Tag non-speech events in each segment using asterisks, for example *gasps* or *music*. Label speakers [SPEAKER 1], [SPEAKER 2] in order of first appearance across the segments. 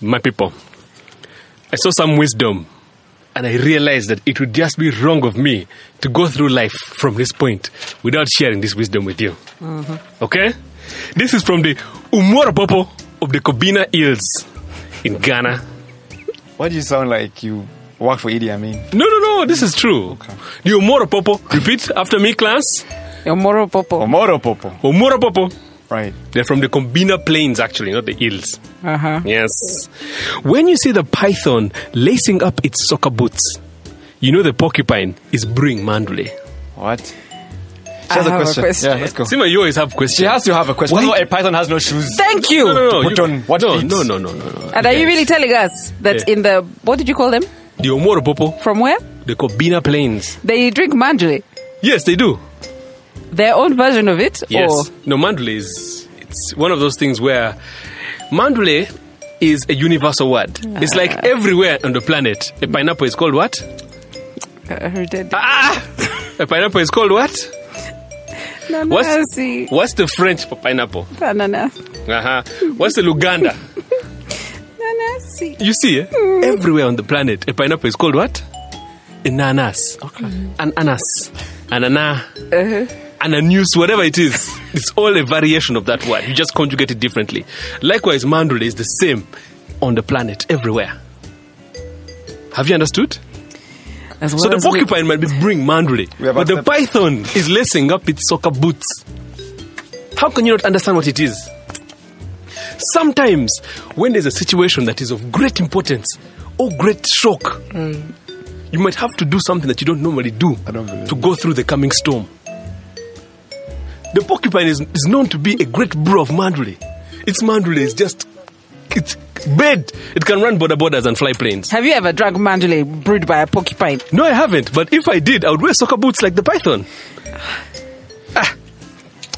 [SPEAKER 1] My people, I saw some wisdom and I realized that it would just be wrong of me to go through life from this point without sharing this wisdom with you. Okay? This is from the Umoropopo of the Kobina Hills in Ghana.
[SPEAKER 2] Why do you sound like you work for E Idi Amin?
[SPEAKER 1] No, no, no, this is true. The Umoropopo, repeat after me, class.
[SPEAKER 3] Your moral popo.
[SPEAKER 1] Um,
[SPEAKER 2] Omoro Popo.
[SPEAKER 1] Umoropopo.
[SPEAKER 2] Right.
[SPEAKER 1] They're from the Kombina Plains, actually, not the hills.
[SPEAKER 3] Uh-huh.
[SPEAKER 1] Yes. When you see the python lacing up its soccer boots, you know the porcupine is brewing mandule.
[SPEAKER 2] What? She has
[SPEAKER 3] have a
[SPEAKER 2] a question.
[SPEAKER 3] question.
[SPEAKER 2] Yeah, let's go.
[SPEAKER 1] Sima, you always have questions.
[SPEAKER 2] She has to have a question.
[SPEAKER 1] Why-
[SPEAKER 2] No, a python has no shoes.
[SPEAKER 3] Thank you.
[SPEAKER 1] No, no, no.
[SPEAKER 2] Put
[SPEAKER 1] you-
[SPEAKER 2] on what
[SPEAKER 1] no,
[SPEAKER 2] feet?
[SPEAKER 1] no, no, no, no, no.
[SPEAKER 3] And are you really telling us that
[SPEAKER 1] Yeah.
[SPEAKER 3] in the what did you call them?
[SPEAKER 1] The Omoropopo,
[SPEAKER 3] From where
[SPEAKER 1] the Kobina Plains.
[SPEAKER 3] they drink mandule,
[SPEAKER 1] Yes, they do.
[SPEAKER 3] their own version of it.
[SPEAKER 1] Yes.
[SPEAKER 2] Oh.
[SPEAKER 3] Or
[SPEAKER 1] No, mandule is it's one of those things where mandule is a universal word. It's like everywhere on the planet. A pineapple is called what?
[SPEAKER 3] uh, redundant.
[SPEAKER 1] Ah! A pineapple is called what? What's,
[SPEAKER 3] Nanasi,
[SPEAKER 1] what's the French for pineapple?
[SPEAKER 3] banana,
[SPEAKER 1] Uh-huh. What's the Luganda?
[SPEAKER 3] nanasi.
[SPEAKER 1] You see, eh? everywhere on the planet, a pineapple is called what? Ananas. Okay. An anas. Anana. Ananus, whatever it is. It's all a variation of that word. You just conjugate it differently. Likewise, mandula is the same on the planet, everywhere. Have you understood?
[SPEAKER 3] As well
[SPEAKER 1] So the
[SPEAKER 3] as we-
[SPEAKER 1] porcupine might be bring mandule,
[SPEAKER 2] We have
[SPEAKER 1] but the
[SPEAKER 2] accept-
[SPEAKER 1] python is lacing up its soccer boots. How can you not understand what it is? Sometimes, when there's a situation that is of great importance or great shock,
[SPEAKER 3] Mm.
[SPEAKER 1] you might have to do something that you don't normally do
[SPEAKER 2] I don't believe
[SPEAKER 1] to go through the coming storm. The porcupine is, is known to be a great bro of mandule. Its mandule is just its bed. It can run border borders and fly planes.
[SPEAKER 3] Have you ever drank mandule brewed by a porcupine?
[SPEAKER 1] No, I haven't. But if I did, I would wear soccer boots like the python.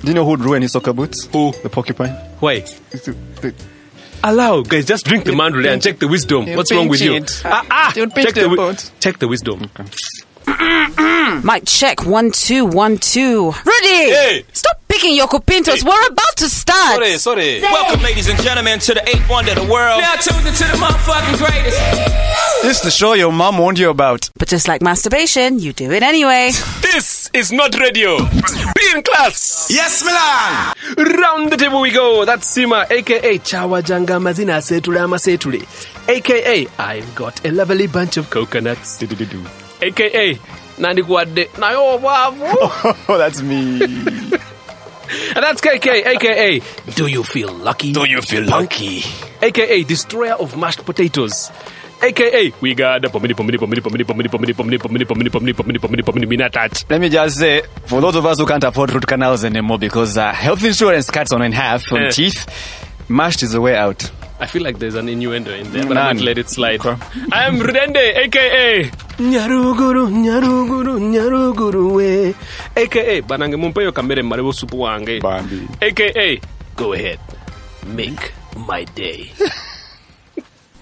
[SPEAKER 2] Do you know who'd ruin his soccer boots?
[SPEAKER 1] Who?
[SPEAKER 2] The porcupine.
[SPEAKER 1] Why?
[SPEAKER 2] It's the- the-
[SPEAKER 1] Allow guys, just drink the mandrel and check the wisdom.
[SPEAKER 2] you
[SPEAKER 1] What's wrong with you?
[SPEAKER 2] pinch it.
[SPEAKER 1] Ah, ah,
[SPEAKER 2] You pinch
[SPEAKER 1] check the
[SPEAKER 2] the
[SPEAKER 1] wi-
[SPEAKER 2] boat.
[SPEAKER 1] check the wisdom.
[SPEAKER 3] Mic check one two one two. Rudy,
[SPEAKER 1] Hey!
[SPEAKER 3] stop picking your copintos. We're about to start.
[SPEAKER 1] sorry.
[SPEAKER 4] Welcome, ladies and gentlemen, to the eighth wonder of the world. Now tuned into the motherfucking greatest.
[SPEAKER 2] This is the show your mom warned you about.
[SPEAKER 3] But just like masturbation, you do it anyway.
[SPEAKER 1] This is not radio. Be in class.
[SPEAKER 4] Yes, Milan.
[SPEAKER 1] Round the table we go. That's Sima, aka Chawajanga Mazina Setula Masetule, aka I've got a lovely bunch of coconuts,
[SPEAKER 2] Du-du-du-du.
[SPEAKER 1] aka Nandikwade Nayo Wavu.
[SPEAKER 2] Oh, *laughs* that's me.
[SPEAKER 1] And that's KK, aka Do You Feel Lucky? Do You Feel Punky? aka Destroyer of Mashed Potatoes. AKA, we got the pomini pomini pomini pomini pomini pomini pomini pomini pomini pomini pomini pomini pomini minatat.
[SPEAKER 2] Let me just say, for those of us who can't afford root canals anymore because uh, health insurance cuts on in half on
[SPEAKER 1] Eh.
[SPEAKER 2] teeth, mashed is the way out.
[SPEAKER 1] I feel like there's an innuendo in there, but I
[SPEAKER 2] None.
[SPEAKER 1] won't let it slide.
[SPEAKER 2] Okay.
[SPEAKER 1] I am Rudende, aka Nyaruguru, Nyaruguru, Nyaruguru, we. aka Banange Mumpeyo Kamere Marewo Supu Wange,
[SPEAKER 2] Bambi.
[SPEAKER 1] aka Go ahead, make my day.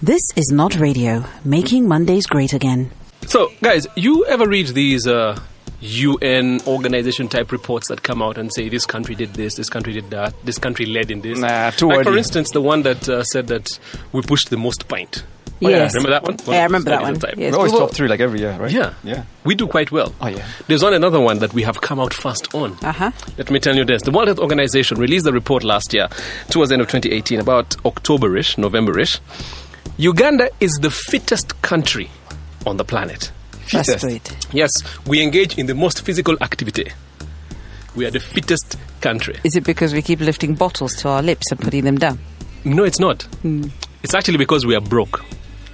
[SPEAKER 3] This is not radio, making Mondays great again.
[SPEAKER 1] So, guys, you ever read these uh, UN organization type reports that come out and say this country did this, this country did that, this country led in this?
[SPEAKER 2] Nah, too
[SPEAKER 1] like, for
[SPEAKER 2] early.
[SPEAKER 1] instance, the one that uh, said that we pushed the most pint.
[SPEAKER 3] yes.
[SPEAKER 1] Remember that one?
[SPEAKER 3] Yeah, I remember that
[SPEAKER 1] Studies
[SPEAKER 3] one.
[SPEAKER 1] and type.
[SPEAKER 3] Yes.
[SPEAKER 2] We're always
[SPEAKER 3] we will-
[SPEAKER 2] top three like every year, right?
[SPEAKER 1] Yeah.
[SPEAKER 2] Yeah.
[SPEAKER 1] We do quite well.
[SPEAKER 2] Oh, yeah.
[SPEAKER 1] There's on another one that we have come out fast on.
[SPEAKER 3] Uh-huh.
[SPEAKER 1] Let me tell you this. The World Health Organization released the report last year, towards the end of 2018, about Octoberish, Novemberish. Uganda is the fittest country on the planet.
[SPEAKER 3] That's
[SPEAKER 2] Fittest.
[SPEAKER 3] great.
[SPEAKER 1] Yes, we engage in the most physical activity. We are the fittest country.
[SPEAKER 3] Is it because we keep lifting bottles to our lips and putting them down?
[SPEAKER 1] No, it's not.
[SPEAKER 3] Hmm.
[SPEAKER 1] It's actually because we are broke.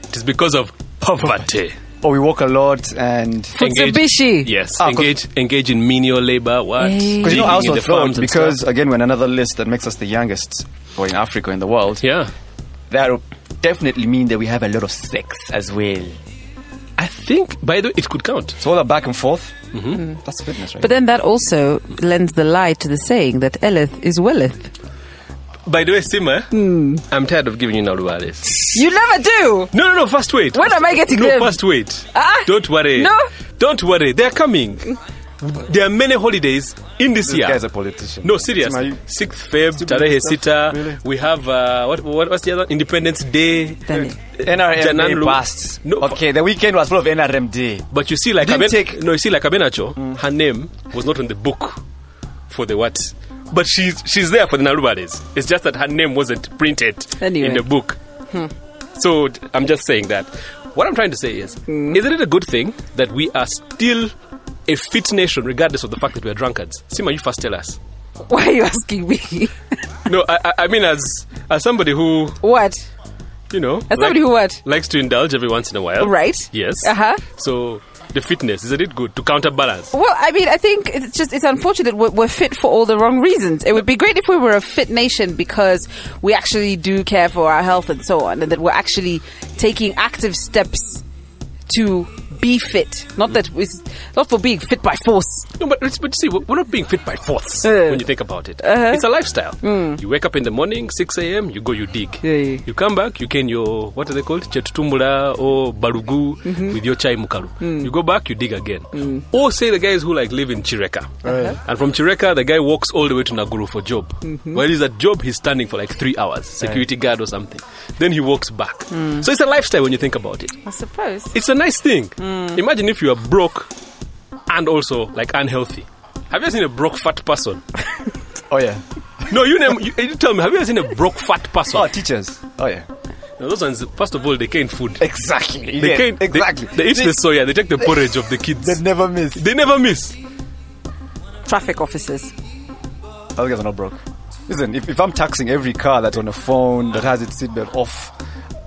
[SPEAKER 1] It is because of poverty.
[SPEAKER 2] Or we walk a lot and.
[SPEAKER 3] Mitsubishi.
[SPEAKER 1] Yes,
[SPEAKER 2] Ah, 'cause-
[SPEAKER 1] engage, engage in menial labor. What?
[SPEAKER 3] Hey.
[SPEAKER 2] Because you
[SPEAKER 1] Digging
[SPEAKER 2] know, I
[SPEAKER 1] in
[SPEAKER 2] also
[SPEAKER 1] the
[SPEAKER 2] thought,
[SPEAKER 1] farms and
[SPEAKER 2] because
[SPEAKER 1] stuff.
[SPEAKER 2] again, we're another list that makes us the youngest, or in Africa, in the world,
[SPEAKER 1] yeah,
[SPEAKER 2] that will definitely mean that we have a lot of sex as well.
[SPEAKER 1] I think by the way it could count.
[SPEAKER 2] So all that back and forth,
[SPEAKER 1] Mm-hmm.
[SPEAKER 2] mm, that's fitness, right?
[SPEAKER 3] But then that also lends the lie to the saying that Eleth is Willeth.
[SPEAKER 1] By the way, Sima,
[SPEAKER 3] Hmm.
[SPEAKER 1] I'm tired of giving you now about this.
[SPEAKER 3] You never do!
[SPEAKER 1] No, no, no. First wait.
[SPEAKER 3] When am I getting
[SPEAKER 1] No,
[SPEAKER 3] them?
[SPEAKER 1] first wait.
[SPEAKER 3] Ah.
[SPEAKER 1] Don't worry.
[SPEAKER 3] No.
[SPEAKER 1] Don't worry. They're coming. there are many holidays in this,
[SPEAKER 2] This
[SPEAKER 1] year.
[SPEAKER 2] guy's a politician.
[SPEAKER 1] no, serious.
[SPEAKER 2] Sema you-
[SPEAKER 1] Sixth Feb,
[SPEAKER 2] Stupid
[SPEAKER 1] Tarehe
[SPEAKER 2] stuff.
[SPEAKER 1] Sita.
[SPEAKER 2] Really?
[SPEAKER 1] We have uh, what, what? What's the other? Independence Day.
[SPEAKER 3] Then
[SPEAKER 2] NRM
[SPEAKER 1] Janan
[SPEAKER 2] Day
[SPEAKER 1] Lu-
[SPEAKER 2] passed.
[SPEAKER 1] No,
[SPEAKER 2] okay, the weekend was full of NRM Day.
[SPEAKER 1] But you see, like
[SPEAKER 2] Didn't
[SPEAKER 1] Aben-
[SPEAKER 2] take-
[SPEAKER 1] no, you see, like Abenacho, her name was not on the book for the what, but she's she's there for the Naruba days. It's just that her name wasn't printed
[SPEAKER 3] Anyway.
[SPEAKER 1] in the book.
[SPEAKER 5] Hmm.
[SPEAKER 1] So t- I'm just saying that. What I'm trying to say is,
[SPEAKER 5] Hmm.
[SPEAKER 1] isn't it a good thing that we are still a fit nation, regardless of the fact that we are drunkards? Sima, you first tell us.
[SPEAKER 5] Why are you asking me?
[SPEAKER 1] No, I, I, I mean as as somebody who
[SPEAKER 5] what?
[SPEAKER 1] you know
[SPEAKER 5] As somebody who what?
[SPEAKER 1] likes to indulge every once in a while,
[SPEAKER 5] Right?
[SPEAKER 1] Yes.
[SPEAKER 5] Uh huh.
[SPEAKER 1] So the fitness isn't it good to counterbalance?
[SPEAKER 5] Well, I mean, I think it's just it's unfortunate we're, we're fit for all the wrong reasons. It would be great if we were a fit nation because we actually do care for our health and so on, and that we're actually taking active steps to be fit. Not that it's not for being fit by force.
[SPEAKER 1] No, but, it's- but see, we're we're not being fit by force
[SPEAKER 5] Uh.
[SPEAKER 1] when you think about it. It's a lifestyle. You wake up in the morning, 6 a.m., you go, you dig.
[SPEAKER 5] Hmm. Yeah, yeah.
[SPEAKER 1] You come back, you can your, what are they called? Chetutumbula or barugu
[SPEAKER 5] Mm-hmm.
[SPEAKER 1] with your chai mukaru.
[SPEAKER 5] Hmm.
[SPEAKER 1] You go back, you dig again. Or say the guys who like live in Chireka.
[SPEAKER 5] Uh-huh.
[SPEAKER 1] And from Chireka, the guy walks all the way to Naguru for job.
[SPEAKER 5] Mm-hmm.
[SPEAKER 1] While he's at job, he's standing for like three hours, security guard or something. Then he walks back.
[SPEAKER 5] Hmm.
[SPEAKER 1] So it's a lifestyle when you think about it
[SPEAKER 5] I suppose.
[SPEAKER 1] it's a nice thing.
[SPEAKER 2] Mm.
[SPEAKER 1] Imagine if you are broke and also like unhealthy. Have you ever seen a broke fat person?
[SPEAKER 2] Oh yeah.
[SPEAKER 1] No, you name. You, you tell me. Have you ever seen a broke fat person?
[SPEAKER 2] Oh teachers. Oh yeah.
[SPEAKER 1] No, those ones. First of all, they can't food.
[SPEAKER 2] Exactly.
[SPEAKER 1] They
[SPEAKER 2] yeah,
[SPEAKER 1] can't. they-
[SPEAKER 2] exactly.
[SPEAKER 1] They, eat the soya. They take the porridge of the kids.
[SPEAKER 2] They never miss.
[SPEAKER 1] They never miss.
[SPEAKER 5] Traffic officers.
[SPEAKER 2] Those guys are not broke. Listen, if, if I'm taxing every car that's on a phone that has its seatbelt off,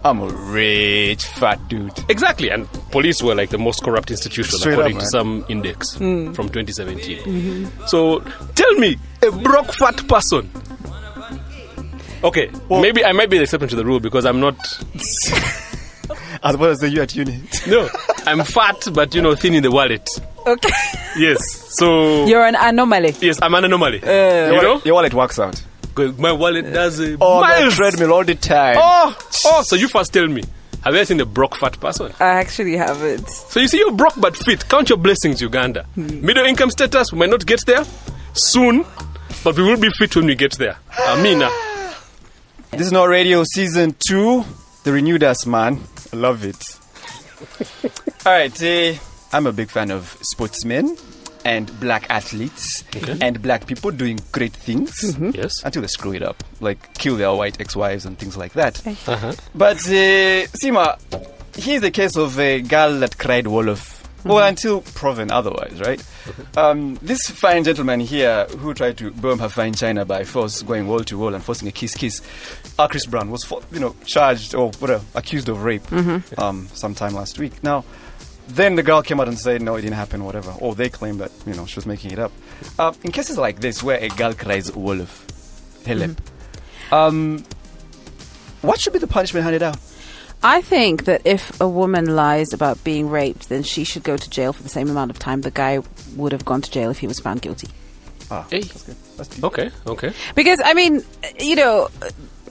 [SPEAKER 2] I'm a rich fat dude.
[SPEAKER 1] Exactly. And police were like the most corrupt institution
[SPEAKER 2] Straight
[SPEAKER 1] according
[SPEAKER 2] up,
[SPEAKER 1] to
[SPEAKER 2] man. Mm. Mm-hmm.
[SPEAKER 1] some index from 2017. So tell me, a broke fat person. Okay, maybe I might be the exception to the rule because I'm not
[SPEAKER 2] As well as the you at uni.
[SPEAKER 1] No, I'm fat, but you know, thin in the wallet.
[SPEAKER 5] Okay.
[SPEAKER 1] Yes. So
[SPEAKER 5] *laughs* You're an anomaly.
[SPEAKER 1] yes, I'm an anomaly. *laughs*
[SPEAKER 2] Your,
[SPEAKER 1] you
[SPEAKER 2] wallet-
[SPEAKER 1] know,
[SPEAKER 2] your wallet works out.
[SPEAKER 1] Because my wallet does uh,
[SPEAKER 2] On Oh, the
[SPEAKER 1] miles.
[SPEAKER 2] treadmill all the time.
[SPEAKER 1] Oh, oh. So you first tell me. Have you ever seen a broke fat person?
[SPEAKER 5] I
[SPEAKER 2] *laughs*
[SPEAKER 5] actually haven't.
[SPEAKER 1] So you see, you're broke but fit. Count your blessings, Uganda. Middle income status, we might not get there soon, but we will be fit when we get there. Amina.
[SPEAKER 2] This is not radio season two. They renewed us, man. I love it. *laughs* All right. eh, I'm a big fan of sportsmen and black athletes and black people doing great things
[SPEAKER 1] *gasps* Yes.
[SPEAKER 2] until they screw it up, like kill their white ex wives and things like that.
[SPEAKER 1] Uh-huh.
[SPEAKER 2] But, uh, Sima, here's a case of a girl that cried Wolof. Well, until proven otherwise, right? Um, this fine gentleman here who tried to burn her fine china by force, going wall to wall and forcing a kiss kiss, uh, Chris Brown was, for, you know, charged or whatever, accused of rape um, sometime last week. Now, then the girl came out and said, no, it didn't happen, whatever. Or they claimed that, you know, she was making it up. Uh, in cases like this, where a girl cries Wolof, Helep, um, what should be the punishment handed out?
[SPEAKER 5] I think that if a woman lies about being raped, then she should go to jail for the same amount of time the guy would have gone to jail if he was found guilty.
[SPEAKER 2] Ah,
[SPEAKER 1] Hey.
[SPEAKER 2] that's good. That's deep. Oh.
[SPEAKER 1] Okay. Okay.
[SPEAKER 5] Because I mean, you know,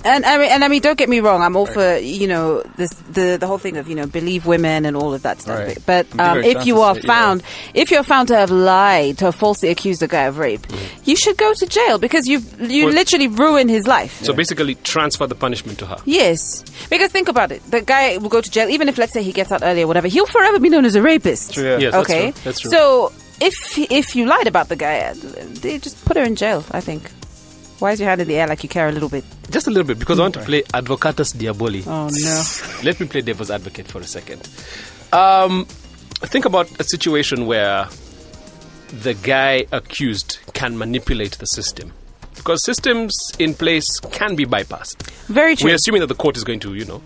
[SPEAKER 5] and I mean, and I mean, don't get me wrong. I'm all for you know this the the whole thing of you know believe women and all of that stuff.
[SPEAKER 2] Right.
[SPEAKER 5] But
[SPEAKER 2] Give her
[SPEAKER 5] um,
[SPEAKER 2] a
[SPEAKER 5] if
[SPEAKER 2] chance
[SPEAKER 5] you
[SPEAKER 2] to
[SPEAKER 5] are
[SPEAKER 2] say, yeah.
[SPEAKER 5] found, if you're found to have lied to have falsely accused a guy of rape,
[SPEAKER 2] Mm-hmm.
[SPEAKER 5] you should go to jail because you you
[SPEAKER 1] Well-
[SPEAKER 5] literally ruined his life.
[SPEAKER 1] So basically, transfer the punishment to her.
[SPEAKER 5] Yes, because think about it. The guy will go to jail, even if let's say he gets out earlier, whatever. He'll forever be known as a rapist.
[SPEAKER 2] True, yeah.
[SPEAKER 1] Yes, that's
[SPEAKER 5] okay.
[SPEAKER 1] true, that's true.
[SPEAKER 5] So if if you lied about the guy, uh, they just put her in jail. I think. Why is your hand in the air like you care a little bit?
[SPEAKER 1] Just a little bit because I want to play Advocatus Diaboli.
[SPEAKER 5] Oh no.
[SPEAKER 1] Let me play devil's advocate for a second. Um, think about a situation where the guy accused can manipulate the system. Because systems in place can be bypassed.
[SPEAKER 5] Very true.
[SPEAKER 1] We're assuming that the court is going to, you know,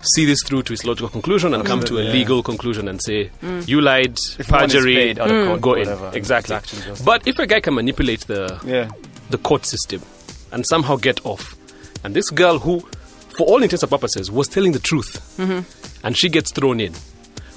[SPEAKER 1] see this through to its logical conclusion and come to a legal conclusion and say, you lied,
[SPEAKER 2] If one is
[SPEAKER 1] perjury,
[SPEAKER 2] paid out of court,
[SPEAKER 1] go in.
[SPEAKER 2] whatever,
[SPEAKER 1] Exactly.
[SPEAKER 2] exactions or something.
[SPEAKER 1] But if a guy can manipulate the
[SPEAKER 2] Yeah.
[SPEAKER 1] the court system and somehow get off. And this girl, who, for all intents and purposes, was telling the truth,
[SPEAKER 2] Mm-hmm.
[SPEAKER 1] and she gets thrown in.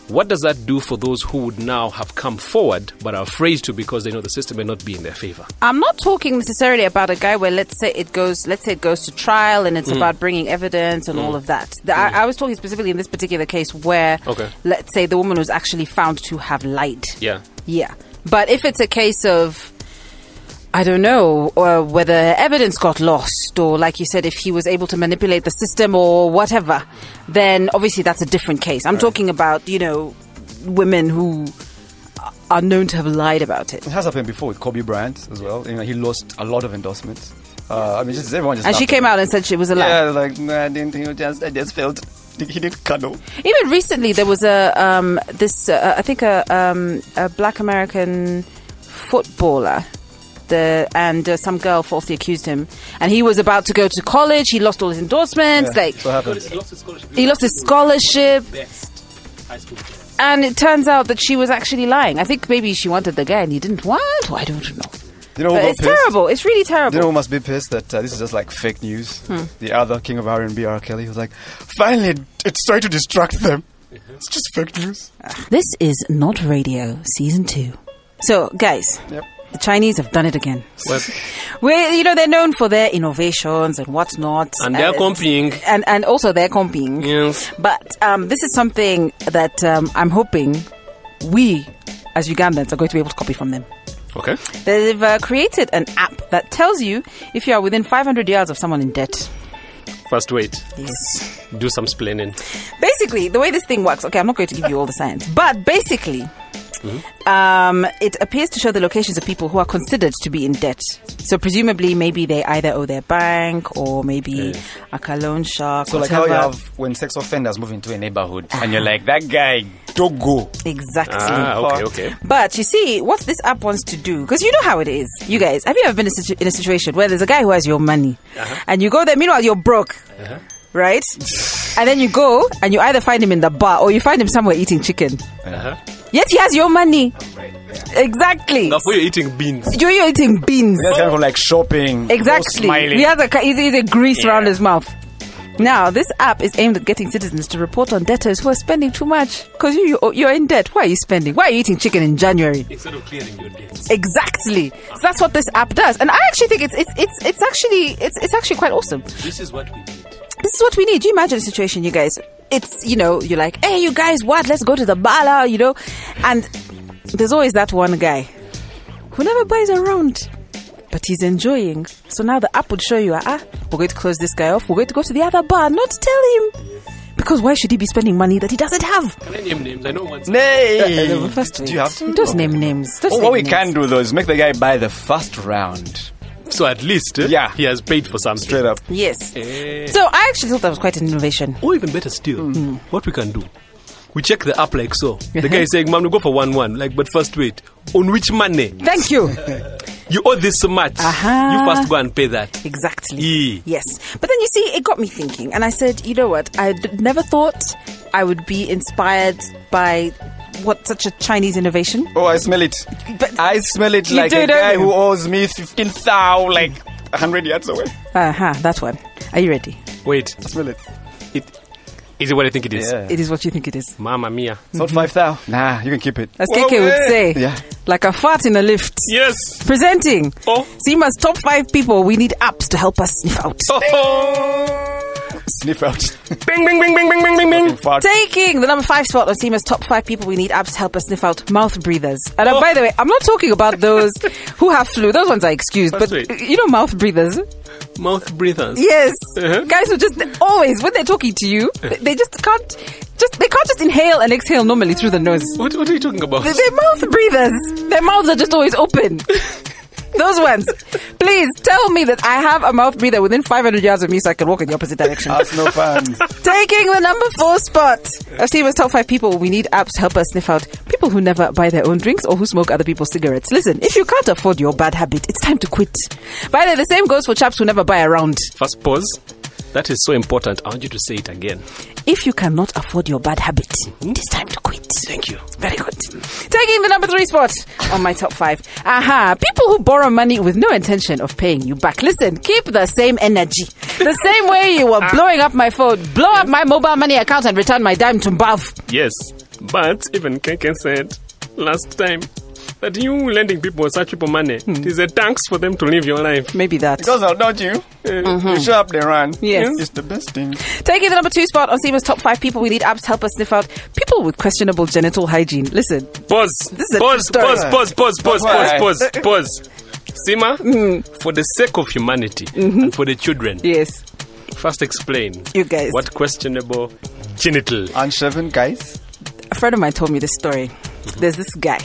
[SPEAKER 1] What does that do for those who would now have come forward but are afraid to because they know the system may not be in their favor?
[SPEAKER 5] I'm not talking necessarily about a guy where let's say it goes, let's say it goes to trial and
[SPEAKER 1] Mm.
[SPEAKER 5] it's about bringing evidence and all of that. The, I, I was talking specifically in this particular case where,
[SPEAKER 1] Okay.
[SPEAKER 5] let's say the woman was actually found to have lied.
[SPEAKER 1] Yeah.
[SPEAKER 5] Yeah. But if it's a case of, I don't know, or whether evidence got lost, or like you said, if he was able to manipulate the system or whatever, then obviously that's a different case. I'm talking about, you know, women who are known to have lied about it.
[SPEAKER 2] It has happened before with Kobe Bryant as well. You know, he lost a lot of endorsements. Uh, I mean, just everyone just.
[SPEAKER 5] And she
[SPEAKER 2] laughed
[SPEAKER 5] came
[SPEAKER 2] at
[SPEAKER 5] out and said she was a
[SPEAKER 2] him.
[SPEAKER 5] lie.
[SPEAKER 2] Yeah, like nah, I didn't. He just, I just felt he didn't cuddle.
[SPEAKER 5] Even recently, there was a um, this uh, I think a, um, a black American footballer. The, and uh, some girl falsely accused him, and he was about to go to college. He lost all his endorsements.
[SPEAKER 2] Yeah,
[SPEAKER 5] Like
[SPEAKER 2] so happens.
[SPEAKER 1] lost his scholarship.
[SPEAKER 5] he lost his scholarship,
[SPEAKER 1] Best high school. class.
[SPEAKER 5] and it turns out that she was actually lying. I think maybe she wanted the guy, and he didn't want. I don't know.
[SPEAKER 2] You know, who
[SPEAKER 5] But
[SPEAKER 2] got
[SPEAKER 5] it's
[SPEAKER 2] pissed?
[SPEAKER 5] terrible. It's really
[SPEAKER 2] Do you know
[SPEAKER 5] terrible.
[SPEAKER 2] who must be pissed that uh, this is just like fake news?
[SPEAKER 5] Hmm.
[SPEAKER 2] The other king of R&B, R. Kelly, was like, finally, it- it's trying to distract them. It's just fake news.
[SPEAKER 3] This is Not Radio Season 2.
[SPEAKER 5] So, guys,
[SPEAKER 2] Yep.
[SPEAKER 3] The Chinese have done it again.
[SPEAKER 2] *laughs*
[SPEAKER 5] we you know they're known for their innovations and whatnot,
[SPEAKER 1] And they're
[SPEAKER 5] uh,
[SPEAKER 1] comping.
[SPEAKER 5] and and also they're comping.
[SPEAKER 1] Yes.
[SPEAKER 5] But um, this is something that um, I'm hoping we, as Ugandans, are going to be able to copy from them.
[SPEAKER 1] Okay.
[SPEAKER 5] They've uh, created an app that tells you if you are within 500 yards of someone in debt.
[SPEAKER 1] First, wait.
[SPEAKER 5] Yes.
[SPEAKER 1] Do some splaining.
[SPEAKER 5] Basically, the way this thing works, okay, I'm not going to give you all the science, but basically, um, it appears to show the locations of people who are considered to be in debt. So presumably, maybe they either owe their bank or maybe a loan shark.
[SPEAKER 2] So like how you
[SPEAKER 5] whatever.
[SPEAKER 2] have when sex offenders move into a neighborhood and you're like, that guy, don't go.
[SPEAKER 5] exactly.
[SPEAKER 1] Ah, okay, okay.
[SPEAKER 5] But you see, what this app wants to do, because you know how it is, you guys. Have you ever been in a, situ- in a situation where there's a guy who has your money,
[SPEAKER 2] Uh-huh.
[SPEAKER 5] and you go there, meanwhile you're broke, right? and then you go and you either find him in the bar or you find him somewhere eating chicken. Yet he has your money. Exactly.
[SPEAKER 1] Uh-huh. Now, for you eating beans.
[SPEAKER 5] You're, you're eating beans.
[SPEAKER 2] That's kind of like shopping. no
[SPEAKER 5] Exactly.
[SPEAKER 2] smiling.
[SPEAKER 5] He has a ca- he's, he's a grease around his mouth. Now, this app is aimed at getting citizens to report on debtors who are spending too much. Because you, you, you're in debt. Why are you spending? Why are you eating chicken in January?
[SPEAKER 1] Instead of clearing your debts.
[SPEAKER 5] Exactly. So that's what this app does, and I actually think it's it's it's, it's actually it's, it's actually quite awesome.
[SPEAKER 1] This is what we need.
[SPEAKER 5] This is what we need. You imagine a situation, you guys. It's you know you're like, hey, you guys, what? Let's go to the bala, you know, and there's always that one guy who never buys a round, but he's enjoying. So now the app would show you, ah, we're going to close this guy off. We're going to go to the other bar, not tell him, because why should he be spending money that he doesn't have?
[SPEAKER 1] Can I name names? I know one's.
[SPEAKER 2] Nay.
[SPEAKER 5] First
[SPEAKER 2] Do you have to? Oh,
[SPEAKER 5] Don't name names. Don't
[SPEAKER 2] Well,
[SPEAKER 5] name
[SPEAKER 2] what we
[SPEAKER 5] names.
[SPEAKER 2] can do though is make the guy buy the first round.
[SPEAKER 1] So at least eh,
[SPEAKER 2] Yeah.
[SPEAKER 1] he has paid for something.
[SPEAKER 2] Straight up.
[SPEAKER 5] Yes. So I actually thought that was quite an innovation.
[SPEAKER 1] Or even better still,
[SPEAKER 2] Hmm.
[SPEAKER 1] what we can do, we check the app like
[SPEAKER 2] *laughs*
[SPEAKER 1] so. The guy is saying, "Mom, we go for one one." Like, but first wait. On which money
[SPEAKER 5] Thank you.
[SPEAKER 1] you owe this much?
[SPEAKER 5] Aha.
[SPEAKER 1] You first go and pay that.
[SPEAKER 5] exactly.
[SPEAKER 1] E.
[SPEAKER 5] Yes. But then you see, it got me thinking, and I said, you know what? I d- never thought I would be inspired by what such a Chinese innovation.
[SPEAKER 2] Oh, I smell it.
[SPEAKER 5] But-
[SPEAKER 2] I smell it
[SPEAKER 5] You
[SPEAKER 2] like
[SPEAKER 5] do,
[SPEAKER 2] a
[SPEAKER 5] don't
[SPEAKER 2] guy
[SPEAKER 5] you?
[SPEAKER 2] who owes me 15,000 like 100 yards away.
[SPEAKER 5] Uh huh. That one. Are you ready?
[SPEAKER 1] Wait,
[SPEAKER 2] I smell it.
[SPEAKER 1] it is it what I think it is?
[SPEAKER 2] Yeah.
[SPEAKER 5] It is what you think it is.
[SPEAKER 1] Mamma mia!
[SPEAKER 2] It's not 5,000. Nah, you can keep it.
[SPEAKER 5] As
[SPEAKER 2] Well,
[SPEAKER 5] KK would
[SPEAKER 2] eh.
[SPEAKER 5] say,
[SPEAKER 2] Yeah.
[SPEAKER 5] like a fart in a lift.
[SPEAKER 1] Yes.
[SPEAKER 5] Presenting.
[SPEAKER 1] Oh.
[SPEAKER 5] Sima's top five people. We need apps to help us sniff out.
[SPEAKER 1] Oh.
[SPEAKER 2] Sniff
[SPEAKER 5] *laughs*
[SPEAKER 2] out.
[SPEAKER 1] Bing bing bing bing bing bing bing bing.
[SPEAKER 2] Fart.
[SPEAKER 5] Taking the number five spot on Seema's top five people we need apps to help us sniff out mouth breathers. And uh, by the way, I'm not talking about those *laughs* who have flu. Those ones are excused.
[SPEAKER 1] That's
[SPEAKER 5] but uh,
[SPEAKER 1] right.
[SPEAKER 5] you know, mouth breathers.
[SPEAKER 1] Mouth breathers.
[SPEAKER 5] Yes.
[SPEAKER 1] Uh-huh.
[SPEAKER 5] Guys who just always, when they're talking to you, they- they just can't, just, they can't just inhale and exhale normally through the nose.
[SPEAKER 1] What, what are you talking about?
[SPEAKER 5] They- They're mouth breathers. Their mouths are just always open. Those ones. Please tell me that I have a mouth breather within 500 yards of me so I can walk in the opposite direction.
[SPEAKER 2] Us no fans.
[SPEAKER 5] Taking the number four spot. Of Steven's top five people, we need apps to help us sniff out people who never buy their own drinks or who smoke other people's cigarettes. Listen, if you can't afford your bad habit, it's time to quit. By the way, the same goes for chaps who never buy a round.
[SPEAKER 1] First pause. That is so important. I want you to say it again.
[SPEAKER 5] If you cannot afford your bad habit, it is time to quit.
[SPEAKER 1] Thank you.
[SPEAKER 5] Very good. Taking the number three spot on my top five. Aha, people who borrow money with no intention of paying you back. Listen, keep the same energy.
[SPEAKER 1] *laughs*
[SPEAKER 5] The same way you were blowing up my phone, blow up my mobile money account and return my dime to Mbav.
[SPEAKER 1] Yes, but even Keke said last time that you lending people such people money it is a thanks for them to live your life. Eh,
[SPEAKER 5] Maybe that.
[SPEAKER 2] Because I'll dodge you. You show up, they run.
[SPEAKER 5] Hmm. Yes.
[SPEAKER 2] It's the best thing.
[SPEAKER 5] Taking the number two spot on Seema's top five people we need apps to help us sniff out people with questionable genital hygiene. Listen,
[SPEAKER 1] Pause.
[SPEAKER 5] This is a
[SPEAKER 1] Pause.
[SPEAKER 5] true story.
[SPEAKER 1] Pause. Pause. Pause. Pause.
[SPEAKER 2] Why?
[SPEAKER 1] Pause. Pause. Pause. Sima, for the sake of humanity and for the children,
[SPEAKER 5] yes,
[SPEAKER 1] first explain
[SPEAKER 5] you guys.
[SPEAKER 1] what questionable genital.
[SPEAKER 2] Unshaven guys.
[SPEAKER 5] a friend of mine told me this story. There's this guy.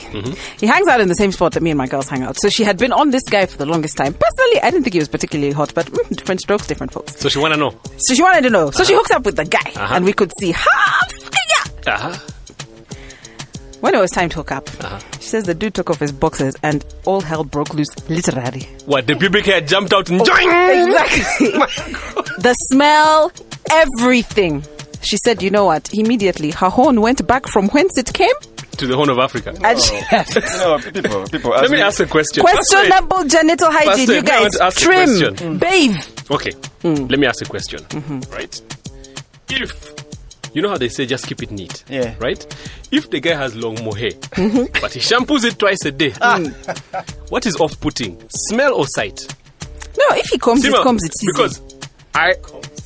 [SPEAKER 5] He hangs out in the same spot that me and my girls hang out. So she had been on this guy for the longest time. Personally, I didn't think he was particularly hot, but mm, different strokes, different folks.
[SPEAKER 1] So she wanna know.
[SPEAKER 5] So she wanted to know. So she hooks up with the guy,
[SPEAKER 1] Uh-huh.
[SPEAKER 5] and we could see half figure.
[SPEAKER 1] Uh-huh.
[SPEAKER 5] When it was time to hook up, she says the dude took off his boxers, and all hell broke loose, literally.
[SPEAKER 1] What the pubic hair jumped out and joined.
[SPEAKER 5] Exactly. the smell, everything. She said, you know what? Immediately, her horn went back from whence it came,
[SPEAKER 1] to the Horn of Africa.
[SPEAKER 5] and she *laughs* left.
[SPEAKER 2] No, people. People.
[SPEAKER 1] Let me ask a question. First,
[SPEAKER 5] Questionable genital hygiene,
[SPEAKER 1] Pastor,
[SPEAKER 5] you
[SPEAKER 1] may I want
[SPEAKER 5] guys.
[SPEAKER 1] to ask a
[SPEAKER 5] Trim,
[SPEAKER 1] question?
[SPEAKER 5] babe.
[SPEAKER 1] wait. Okay,
[SPEAKER 5] Hmm.
[SPEAKER 1] let me ask a question.
[SPEAKER 5] Mm-hmm.
[SPEAKER 1] Right? If you know how they say, just keep it neat.
[SPEAKER 2] Yeah.
[SPEAKER 1] Right? If the guy has long mohair,
[SPEAKER 5] Mm-hmm.
[SPEAKER 1] but he shampoos it twice a day,
[SPEAKER 5] Ah.
[SPEAKER 1] *laughs* what is off-putting? Smell or sight?
[SPEAKER 5] No, if he comes,
[SPEAKER 1] Sima,
[SPEAKER 5] it comes. It's easy.
[SPEAKER 1] because I,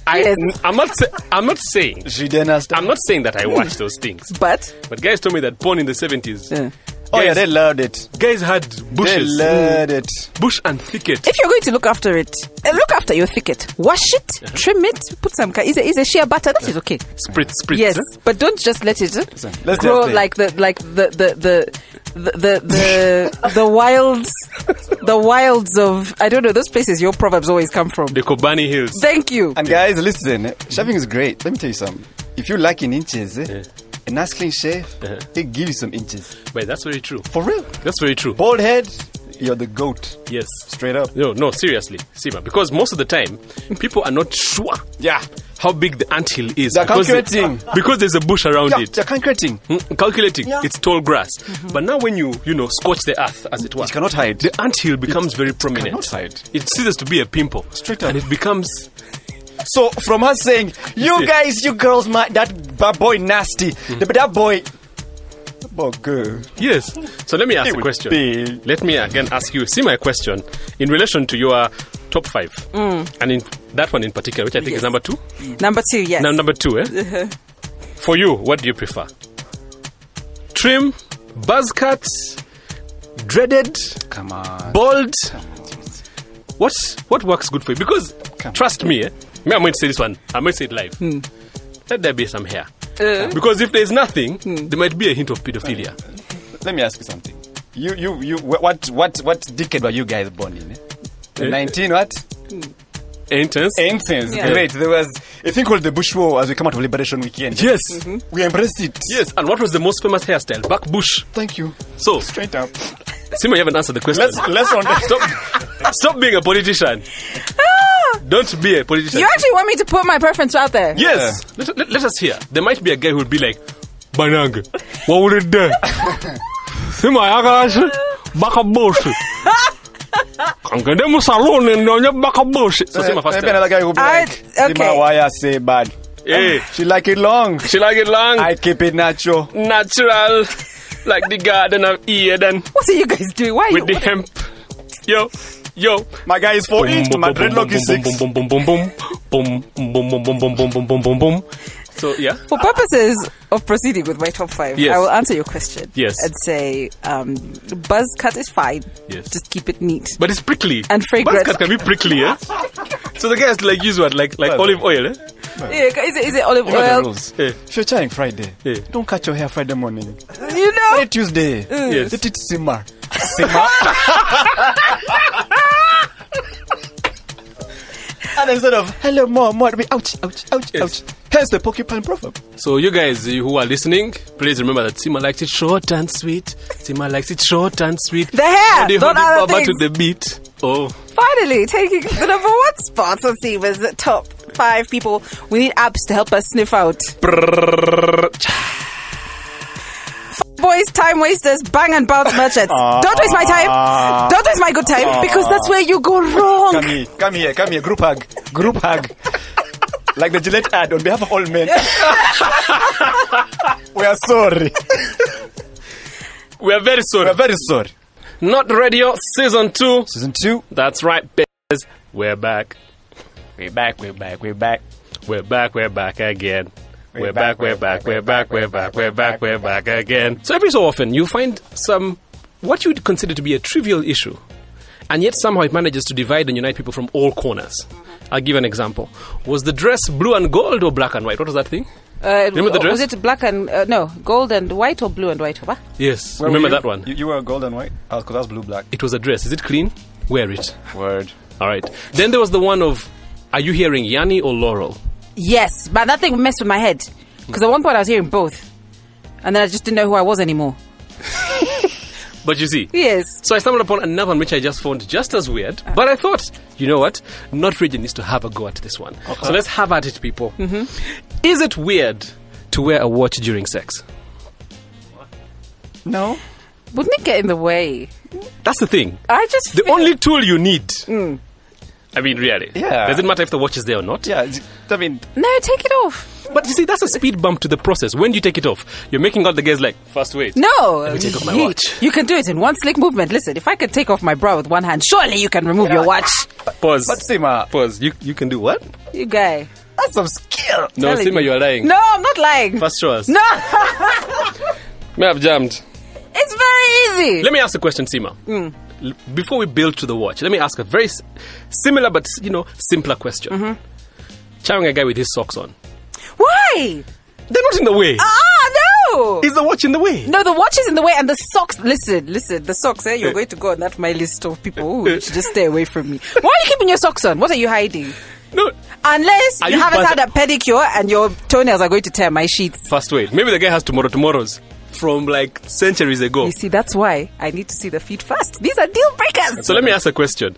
[SPEAKER 1] I,
[SPEAKER 5] Yes. Hmm.
[SPEAKER 1] I'm not, sa- I'm not saying,
[SPEAKER 2] She didn't ask.
[SPEAKER 1] I'm not saying that I watch those things.
[SPEAKER 5] but
[SPEAKER 1] But guys told me that porn in the 70s,
[SPEAKER 5] Yeah.
[SPEAKER 2] Oh yeah,
[SPEAKER 1] guys,
[SPEAKER 2] they loved it.
[SPEAKER 1] guys had
[SPEAKER 2] They
[SPEAKER 1] bushes,
[SPEAKER 2] loved it.
[SPEAKER 1] bush and thicket.
[SPEAKER 5] if you're going to look after it, uh, look after your thicket, wash it, trim it, put some. Ka- is a, is a sheer butter that is okay.
[SPEAKER 1] Spritz, spritz.
[SPEAKER 5] Yes,
[SPEAKER 1] huh?
[SPEAKER 5] but don't just let it uh,
[SPEAKER 2] Let's
[SPEAKER 5] grow
[SPEAKER 2] just say-
[SPEAKER 5] like the like the the the the the
[SPEAKER 1] *laughs*
[SPEAKER 5] the, the wilds the wilds of I don't know those places your proverbs always come from.
[SPEAKER 1] The Kobani Hills.
[SPEAKER 5] Thank you.
[SPEAKER 2] And guys, listen, eh, shaving is great. Let me tell you something. If you lack in inches, eh, a nice clean shave, it gives you some inches.
[SPEAKER 1] But that's very true.
[SPEAKER 2] For real.
[SPEAKER 1] That's very true.
[SPEAKER 2] Bald head, you're the goat.
[SPEAKER 1] Yes.
[SPEAKER 2] Straight up.
[SPEAKER 1] No, no, seriously, Sima, because most of the time people are not sure
[SPEAKER 2] Yeah.
[SPEAKER 1] how big the anthill is
[SPEAKER 2] They're
[SPEAKER 1] because,
[SPEAKER 2] calculating.
[SPEAKER 1] *laughs* because there's a bush around
[SPEAKER 2] Yeah,
[SPEAKER 1] it.
[SPEAKER 2] they're concreting.
[SPEAKER 1] Mm, Calculating,
[SPEAKER 2] Yeah. Mm-hmm.
[SPEAKER 1] it's tall grass. But now when you, you know, scorch the earth, as it were,
[SPEAKER 2] It cannot hide.
[SPEAKER 1] the anthill becomes very prominent.
[SPEAKER 2] cannot hide.
[SPEAKER 1] It ceases to be a pimple.
[SPEAKER 2] Straight
[SPEAKER 1] And
[SPEAKER 2] up.
[SPEAKER 1] it becomes,
[SPEAKER 2] So from us saying, you
[SPEAKER 1] see- Mm.
[SPEAKER 2] guys, you girls, my that bad boy nasty, The- but that boy, that boy good.
[SPEAKER 1] yes. So let me ask
[SPEAKER 2] It
[SPEAKER 1] a
[SPEAKER 2] would
[SPEAKER 1] question.
[SPEAKER 2] be-
[SPEAKER 1] Let me again ask you, Sima, a question in relation to your top five. And in that one in particular, which I think
[SPEAKER 5] Yes.
[SPEAKER 1] is number two.
[SPEAKER 5] Number two, yes.
[SPEAKER 1] Now, number two, eh? For you, what do you prefer? Trim, buzz cut, dreaded,
[SPEAKER 2] Come on.
[SPEAKER 1] bald. What what works good for you? Because
[SPEAKER 2] Come.
[SPEAKER 1] trust me, eh? me, I'm going to say this one. I'm going to say it live. Let there be some hair.
[SPEAKER 5] Uh.
[SPEAKER 1] Because if there's nothing, there might be a hint of pedophilia.
[SPEAKER 2] Let me ask you something. You, you, you. wh- What, what, what decade were you guys born in? eh? The
[SPEAKER 1] Eh.
[SPEAKER 2] 19 what?
[SPEAKER 1] Intense.
[SPEAKER 2] Ancients.
[SPEAKER 5] Yeah.
[SPEAKER 2] Great. There was a thing called the Bush War as we come out of Liberation Weekend.
[SPEAKER 1] Yes.
[SPEAKER 2] We embraced it.
[SPEAKER 1] Yes. And what was the most famous hairstyle? Back bush.
[SPEAKER 2] Thank you.
[SPEAKER 1] So,
[SPEAKER 2] Straight up.
[SPEAKER 1] Simo, you haven't answered the question.
[SPEAKER 2] Let's let's on.
[SPEAKER 1] stop, stop being a politician. Don't be a politician.
[SPEAKER 5] you actually want me to put my preference out there?
[SPEAKER 1] Yes. Let, let, let us hear. There might be a guy who would be like, Banang, what would it do? Sima yakalashi, bakaboshi. Kangede musaluni ndonye bakaboshi. So Sima
[SPEAKER 2] Maybe
[SPEAKER 1] faster.
[SPEAKER 2] another guy will be
[SPEAKER 5] I-
[SPEAKER 2] like,
[SPEAKER 5] okay.
[SPEAKER 2] "Sima, why I say bad?
[SPEAKER 1] Eh.
[SPEAKER 2] She like it long.
[SPEAKER 1] She like it long,
[SPEAKER 2] I keep it natural.
[SPEAKER 1] natural, like the garden of Eden
[SPEAKER 5] What are you guys doing? Why are you?
[SPEAKER 1] with the hemp. Yo, yo.
[SPEAKER 2] My guy is four inch. My dreadlock is six.
[SPEAKER 1] Boom, boom, boom, boom, boom, boom, boom, boom, boom, boom, boom, boom, boom, boom, boom. So yeah,
[SPEAKER 5] For purposes of proceeding with my top five,
[SPEAKER 1] Yes.
[SPEAKER 5] I will answer your question.
[SPEAKER 1] Yes.
[SPEAKER 5] And say, um, buzz cut is fine.
[SPEAKER 1] Yes.
[SPEAKER 5] Just keep it neat.
[SPEAKER 1] but it's prickly
[SPEAKER 5] And fragrant.
[SPEAKER 1] Buzzcut can be prickly, eh? so the guys like use what, like like olive oil, eh?
[SPEAKER 5] Yeah, is it, is it olive
[SPEAKER 2] You know the
[SPEAKER 5] oil?
[SPEAKER 2] rules.
[SPEAKER 1] Eh,
[SPEAKER 2] If you're trying Friday,
[SPEAKER 1] Yeah.
[SPEAKER 2] don't cut your hair Friday morning.
[SPEAKER 5] You know?
[SPEAKER 2] Friday Tuesday,
[SPEAKER 1] Yes.
[SPEAKER 2] let it simmer. *laughs* and instead of hello mom, mom, we ouch, ouch, ouch,
[SPEAKER 1] Yes.
[SPEAKER 2] ouch. Hence the porcupine proverb.
[SPEAKER 1] So you guys eh, who are listening, please remember that Sima likes it short and sweet. Sima likes it short and sweet.
[SPEAKER 5] The hair,
[SPEAKER 1] Body
[SPEAKER 5] not
[SPEAKER 1] holding
[SPEAKER 5] other
[SPEAKER 1] Baba to
[SPEAKER 5] things.
[SPEAKER 1] the beat. Oh,
[SPEAKER 5] Finally, taking the number one spot on Seaver's top five people. We need apps to help us sniff out. Boys, time wasters, bang and bounce merchants.
[SPEAKER 1] Ah.
[SPEAKER 5] Don't waste my time. Don't waste my good time because that's where you go
[SPEAKER 2] Come
[SPEAKER 5] wrong.
[SPEAKER 2] here, come here, come here. Group hug, group hug. like the Gillette ad on behalf of all *laughs* men. we are sorry.
[SPEAKER 1] we are very sorry.
[SPEAKER 2] We are very sorry.
[SPEAKER 1] Not Radio Season 2.
[SPEAKER 2] Season two.
[SPEAKER 1] That's right, bitches. We're back.
[SPEAKER 2] We're back. We're back. We're back.
[SPEAKER 1] We're back. We're back again. We're back. We're back. We're back. We're back. We're back. We're back again. So every so often, you find some what you would consider to be a trivial issue, and yet somehow it manages to divide and unite people from all corners. I'll give an example. Was the dress blue and gold or black and white? What was that thing?
[SPEAKER 5] Uh, it-
[SPEAKER 1] Remember the
[SPEAKER 5] Was
[SPEAKER 1] dress?
[SPEAKER 5] it black and uh, no gold and white or blue and white? What?
[SPEAKER 1] Yes.
[SPEAKER 2] Where
[SPEAKER 1] Remember
[SPEAKER 2] were you?
[SPEAKER 1] that one?
[SPEAKER 2] You, you were gold and white. Oh, cause that's blue black.
[SPEAKER 1] It was a dress. Is it clean? Wear it.
[SPEAKER 2] Word.
[SPEAKER 1] All right. Then there was the one of, are you hearing Yanni or Laurel?
[SPEAKER 5] Yes, but that thing messed with my head because at one point I was hearing both, and then I just didn't know who I was anymore.
[SPEAKER 1] But you see,
[SPEAKER 5] Yes.
[SPEAKER 1] So I stumbled upon another one which I just found just as weird.
[SPEAKER 2] Ah.
[SPEAKER 1] But I thought, you know what? Not really needs to have a go at this one. So let's have at it, people.
[SPEAKER 2] Mm-hmm.
[SPEAKER 1] Is it weird to wear a watch during sex?
[SPEAKER 2] No.
[SPEAKER 5] Wouldn't it get in the way?
[SPEAKER 1] That's the thing.
[SPEAKER 5] I just
[SPEAKER 1] The
[SPEAKER 5] feel-
[SPEAKER 1] only tool you need. I mean, really.
[SPEAKER 2] Mm. Yeah.
[SPEAKER 1] Does it matter if the watch is there or not?
[SPEAKER 2] Yeah. it's- I mean,
[SPEAKER 5] no. Take it off.
[SPEAKER 1] But you see, that's a speed bump to the process. When do you take it off? You're making out the guy's like, first wait.
[SPEAKER 5] No.
[SPEAKER 1] Let me take off my
[SPEAKER 5] You-
[SPEAKER 1] watch.
[SPEAKER 5] You can do it in one slick movement. Listen, if I could take off my bra with one hand, surely you can remove your watch.
[SPEAKER 1] Pause.
[SPEAKER 2] but Sima,
[SPEAKER 1] Pause. You, you can do what?
[SPEAKER 5] You guy.
[SPEAKER 2] that's some skill.
[SPEAKER 1] No,
[SPEAKER 5] Telling
[SPEAKER 1] Sima,
[SPEAKER 5] you.
[SPEAKER 1] you are lying.
[SPEAKER 5] No, I'm not lying.
[SPEAKER 1] First show us.
[SPEAKER 5] No, *laughs*
[SPEAKER 1] May have jammed.
[SPEAKER 5] it's very easy.
[SPEAKER 1] Let me ask a question, Sima.
[SPEAKER 5] Mm.
[SPEAKER 1] L- Before we build to the watch, let me ask a very s- similar but you know simpler question.
[SPEAKER 5] Mm-hmm.
[SPEAKER 1] Chowing a guy with his socks on,
[SPEAKER 5] Why?
[SPEAKER 1] they're not in the way.
[SPEAKER 5] Ah, no.
[SPEAKER 1] Is the watch in the way?
[SPEAKER 5] No, the watch is in the way and the socks. Listen, listen, the socks, eh? You're going to go on that my list of people who should just stay away from me. Why are you keeping your socks on? What are you hiding?
[SPEAKER 1] No.
[SPEAKER 5] Unless
[SPEAKER 1] Are
[SPEAKER 5] you,
[SPEAKER 1] you
[SPEAKER 5] haven't
[SPEAKER 1] bad-
[SPEAKER 5] had a pedicure and your toenails are going to tear my sheets.
[SPEAKER 1] First wait. Maybe the guy has tomorrow tomorrows from like centuries ago.
[SPEAKER 5] You see, that's why I need to see the feet first. These are deal breakers.
[SPEAKER 1] So let me ask a question.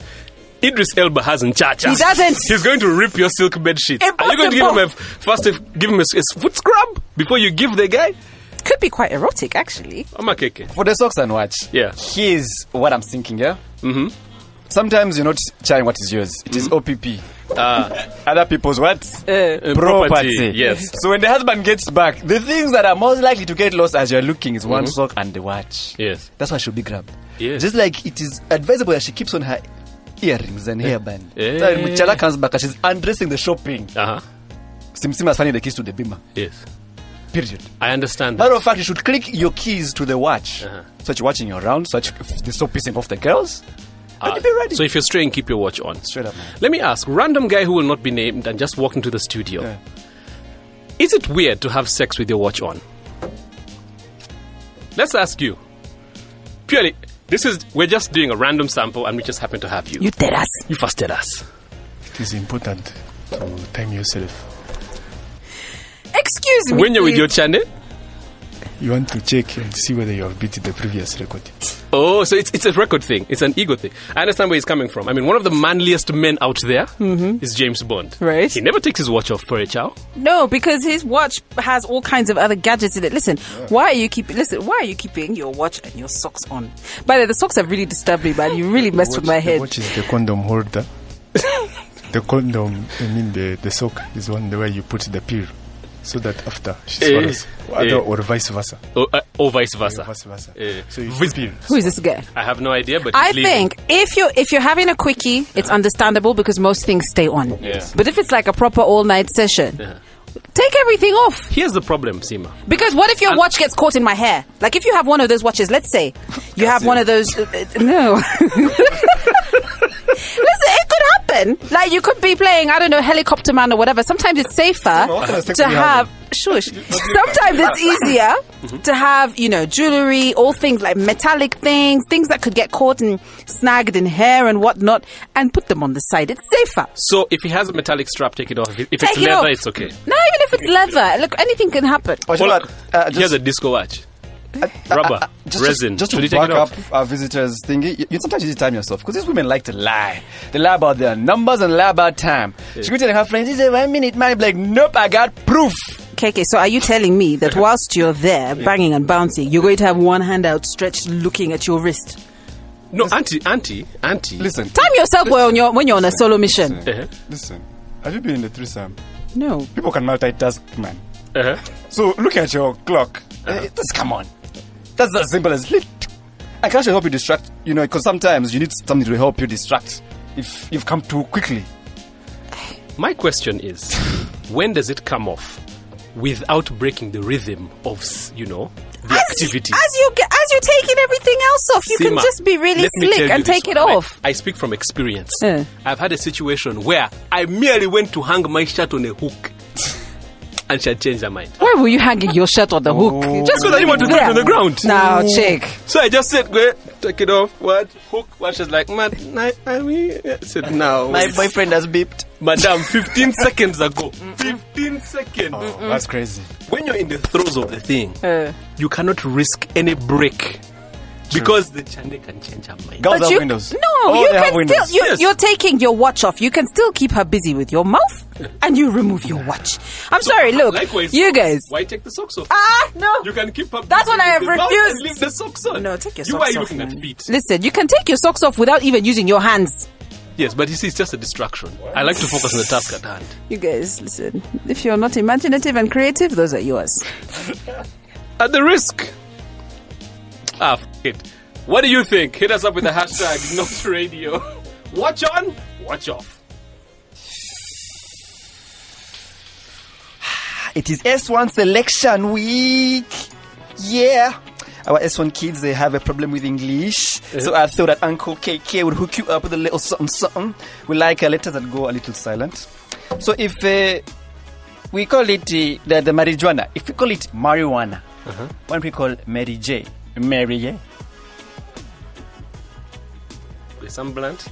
[SPEAKER 1] Idris Elba hasn't cha-cha.
[SPEAKER 5] He doesn't.
[SPEAKER 1] He's going to rip your silk bed sheets. Are you going to give him a first if, give him a, s- a foot scrub before you give the guy? Oh,
[SPEAKER 5] Could be quite erotic, actually.
[SPEAKER 1] I'm a keke.
[SPEAKER 2] For the socks and watch.
[SPEAKER 1] Yeah.
[SPEAKER 2] Here's what I'm thinking. Yeah. Mm-hmm. Sometimes you're not trying what is yours. It is
[SPEAKER 1] Mm-hmm.
[SPEAKER 2] OPP. Other people's what?
[SPEAKER 1] Ah,
[SPEAKER 5] *laughs*
[SPEAKER 1] Uh, Yes.
[SPEAKER 2] So when the husband gets back, the things that are most likely to get lost as you're looking is one sock and the watch.
[SPEAKER 1] Yes.
[SPEAKER 2] That's why she'll be grabbed.
[SPEAKER 1] Mm-hmm. Yes.
[SPEAKER 2] Just like it is advisable that she keeps on her earrings and hairband.
[SPEAKER 1] Eh.
[SPEAKER 2] So when Chala comes back and she's undressing the shopping.
[SPEAKER 1] Uh huh.
[SPEAKER 2] Sim Sim has finding the keys to the bima.
[SPEAKER 1] Yes.
[SPEAKER 2] Period.
[SPEAKER 1] I understand that.
[SPEAKER 2] Matter of fact, you should click your keys to the watch.
[SPEAKER 1] Uh-huh.
[SPEAKER 2] So you're watching your round, so that you- if they're so pissing off the girls. and you'll be ready.
[SPEAKER 1] Uh, So if you're straying, keep your watch on.
[SPEAKER 2] Straight up, man.
[SPEAKER 1] Let me ask, random guy who will not be named and just walked into the studio. Is it weird to have sex with your watch on? Let's ask you. Purely, this is we're just doing a random sample and we just happen to have you.
[SPEAKER 3] You dead ass.
[SPEAKER 1] You first tell us.
[SPEAKER 6] It is important to time yourself.
[SPEAKER 5] Excuse me.
[SPEAKER 1] When you're with
[SPEAKER 5] please.
[SPEAKER 1] your channel.
[SPEAKER 6] You want to check and see whether you have beat the previous record.
[SPEAKER 1] Oh, so it's, it's a record thing. It's an ego thing. I understand where he's coming from. I mean, one of the manliest men out there is James Bond.
[SPEAKER 5] Right.
[SPEAKER 1] He never takes his watch off for a chow.
[SPEAKER 5] No, because his watch has all kinds of other gadgets in it. Listen, why are you keeping? Listen, why are you keeping your watch and your socks on? By the way, the socks have really disturbed me, man. You really messed with my head.
[SPEAKER 6] Which is the condom
[SPEAKER 5] *laughs*
[SPEAKER 6] holder. the condom, I mean the, the sock, is one where you put the pill. So that after she
[SPEAKER 1] Eh,
[SPEAKER 6] swallows,
[SPEAKER 1] eh.
[SPEAKER 6] Other or vice versa.
[SPEAKER 1] Or, uh, or vice versa.
[SPEAKER 6] Vice versa.
[SPEAKER 1] Eh,
[SPEAKER 6] So you
[SPEAKER 1] vis-
[SPEAKER 6] pill.
[SPEAKER 5] Who is this guy?
[SPEAKER 1] I have no idea, but
[SPEAKER 5] I
[SPEAKER 1] he's leaving.
[SPEAKER 5] think if you if you're having a quickie, it's understandable because most things stay on.
[SPEAKER 1] Yeah.
[SPEAKER 5] But if it's like a proper all night session, take everything off.
[SPEAKER 1] Here's the problem, Sima.
[SPEAKER 5] Because what if your watch gets caught in my hair? Like if you have one of those watches, let's say you have one of those. uh, uh, *laughs* no. Listen, it could happen. Like you could be playing, I don't know, helicopter man or whatever. Sometimes it's safer
[SPEAKER 2] what kind of sex
[SPEAKER 5] to
[SPEAKER 2] are you having?
[SPEAKER 5] have. *laughs* Shush. Sometimes *laughs* it's easier to have, you know, jewelry, all things like metallic things, things that could get caught and snagged in hair and whatnot, and put them on the side. It's safer.
[SPEAKER 1] So if he has a metallic strap, take it off. If if it's
[SPEAKER 5] Take it
[SPEAKER 1] leather,
[SPEAKER 5] off.
[SPEAKER 1] it's okay.
[SPEAKER 5] No, even if it's leather, look, anything can happen.
[SPEAKER 2] But you know
[SPEAKER 1] Well,
[SPEAKER 2] what? Uh, just- Uh,
[SPEAKER 1] here's a disco watch. Rubber,
[SPEAKER 2] just,
[SPEAKER 1] resin.
[SPEAKER 2] Just,
[SPEAKER 1] Should you
[SPEAKER 2] just to
[SPEAKER 1] take
[SPEAKER 2] back
[SPEAKER 1] it
[SPEAKER 2] up
[SPEAKER 1] off?
[SPEAKER 2] our visitors' thingy, you, you sometimes you time yourself because these women like to lie. They lie about their numbers and lie about time. She could tell her friends, "This is a one minute man." Be like, "Nope, I got proof."
[SPEAKER 5] KK, so are you telling
[SPEAKER 1] *laughs*
[SPEAKER 5] me that whilst you're there banging and bouncing, you're going to have one hand outstretched looking at your wrist?
[SPEAKER 1] No, auntie, auntie, auntie.
[SPEAKER 2] Listen,
[SPEAKER 5] Time yourself when you're, when you're on a solo mission.
[SPEAKER 1] Uh-huh,
[SPEAKER 6] Listen, have you been in the threesome?
[SPEAKER 5] No.
[SPEAKER 6] People can multitask, man.
[SPEAKER 1] uh-huh.
[SPEAKER 6] So look at your clock.
[SPEAKER 2] Eh, uh, this, come on. That's as simple as lit. I can actually help you distract, you know, because sometimes you need something to help you distract if you've come too quickly.
[SPEAKER 1] My question is, when does it come off without breaking the rhythm of, s- you know, the activity?
[SPEAKER 5] As you ge- as you're taking everything else off, you can
[SPEAKER 1] Seema,
[SPEAKER 5] just be really
[SPEAKER 1] let me tell
[SPEAKER 5] slick
[SPEAKER 1] you
[SPEAKER 5] and
[SPEAKER 1] this
[SPEAKER 5] take it
[SPEAKER 1] one. I-
[SPEAKER 5] off.
[SPEAKER 1] I, speak from experience.
[SPEAKER 5] Eh.
[SPEAKER 1] I've had a situation where I merely went to hang my shirt on a hook *laughs* and she had changed her mind.
[SPEAKER 5] Why were you hanging your shirt on the hook?
[SPEAKER 1] Just because I didn't want to
[SPEAKER 5] leave
[SPEAKER 1] throw it on the ground.
[SPEAKER 5] Now, check.
[SPEAKER 1] So I just said, go ahead, take it off, what, hook, what? She's like, man, I, I mean, I said, no.
[SPEAKER 2] boyfriend has beeped.
[SPEAKER 1] Madam,
[SPEAKER 6] *laughs*
[SPEAKER 1] 15 seconds ago. 15 seconds.
[SPEAKER 6] Oh, That's crazy.
[SPEAKER 1] When you're in the throes of the thing,
[SPEAKER 5] Uh,
[SPEAKER 1] you cannot risk any break because the chande can change her mind.
[SPEAKER 2] Girls have
[SPEAKER 5] you, no,
[SPEAKER 2] windows. Oh,
[SPEAKER 5] you
[SPEAKER 2] they have
[SPEAKER 5] can
[SPEAKER 2] windows.
[SPEAKER 5] still. You,
[SPEAKER 1] Yes.
[SPEAKER 5] You're taking your watch off. You can still keep her busy with your mouth, and you remove your watch. I'm sorry. Look,
[SPEAKER 1] Likewise,
[SPEAKER 5] you
[SPEAKER 1] socks.
[SPEAKER 5] guys.
[SPEAKER 1] Why take the socks off?
[SPEAKER 5] Ah, no.
[SPEAKER 1] You can keep up.
[SPEAKER 5] That's what I have
[SPEAKER 1] with the mouth
[SPEAKER 5] refused.
[SPEAKER 1] and Leave the socks on.
[SPEAKER 5] Oh, No, take your
[SPEAKER 1] you
[SPEAKER 5] socks
[SPEAKER 1] are
[SPEAKER 5] off,
[SPEAKER 1] looking
[SPEAKER 5] man.
[SPEAKER 1] at feet.
[SPEAKER 5] Listen, you can take your socks off without even using your hands.
[SPEAKER 1] Yes, but you see, it's just a distraction. I like to focus on the task at hand.
[SPEAKER 5] You guys, listen. If you're not imaginative and creative, those are yours.
[SPEAKER 1] At the risk. Ah, f- it. What do you think? Hit us up with the hashtag *laughs* not radio. Watch on, watch off.
[SPEAKER 2] It is S1 selection week. Yeah. Our S1 kids, they have a problem with English.
[SPEAKER 1] Uh-huh.
[SPEAKER 2] So I thought that Uncle KK would hook you up with a little something something. We like uh, letters that go a little silent. So if uh, we call it uh, the, the marijuana, if we call it marijuana,
[SPEAKER 1] Uh-huh.
[SPEAKER 2] why don't we call Mary J? Mary J.
[SPEAKER 1] With some blunt.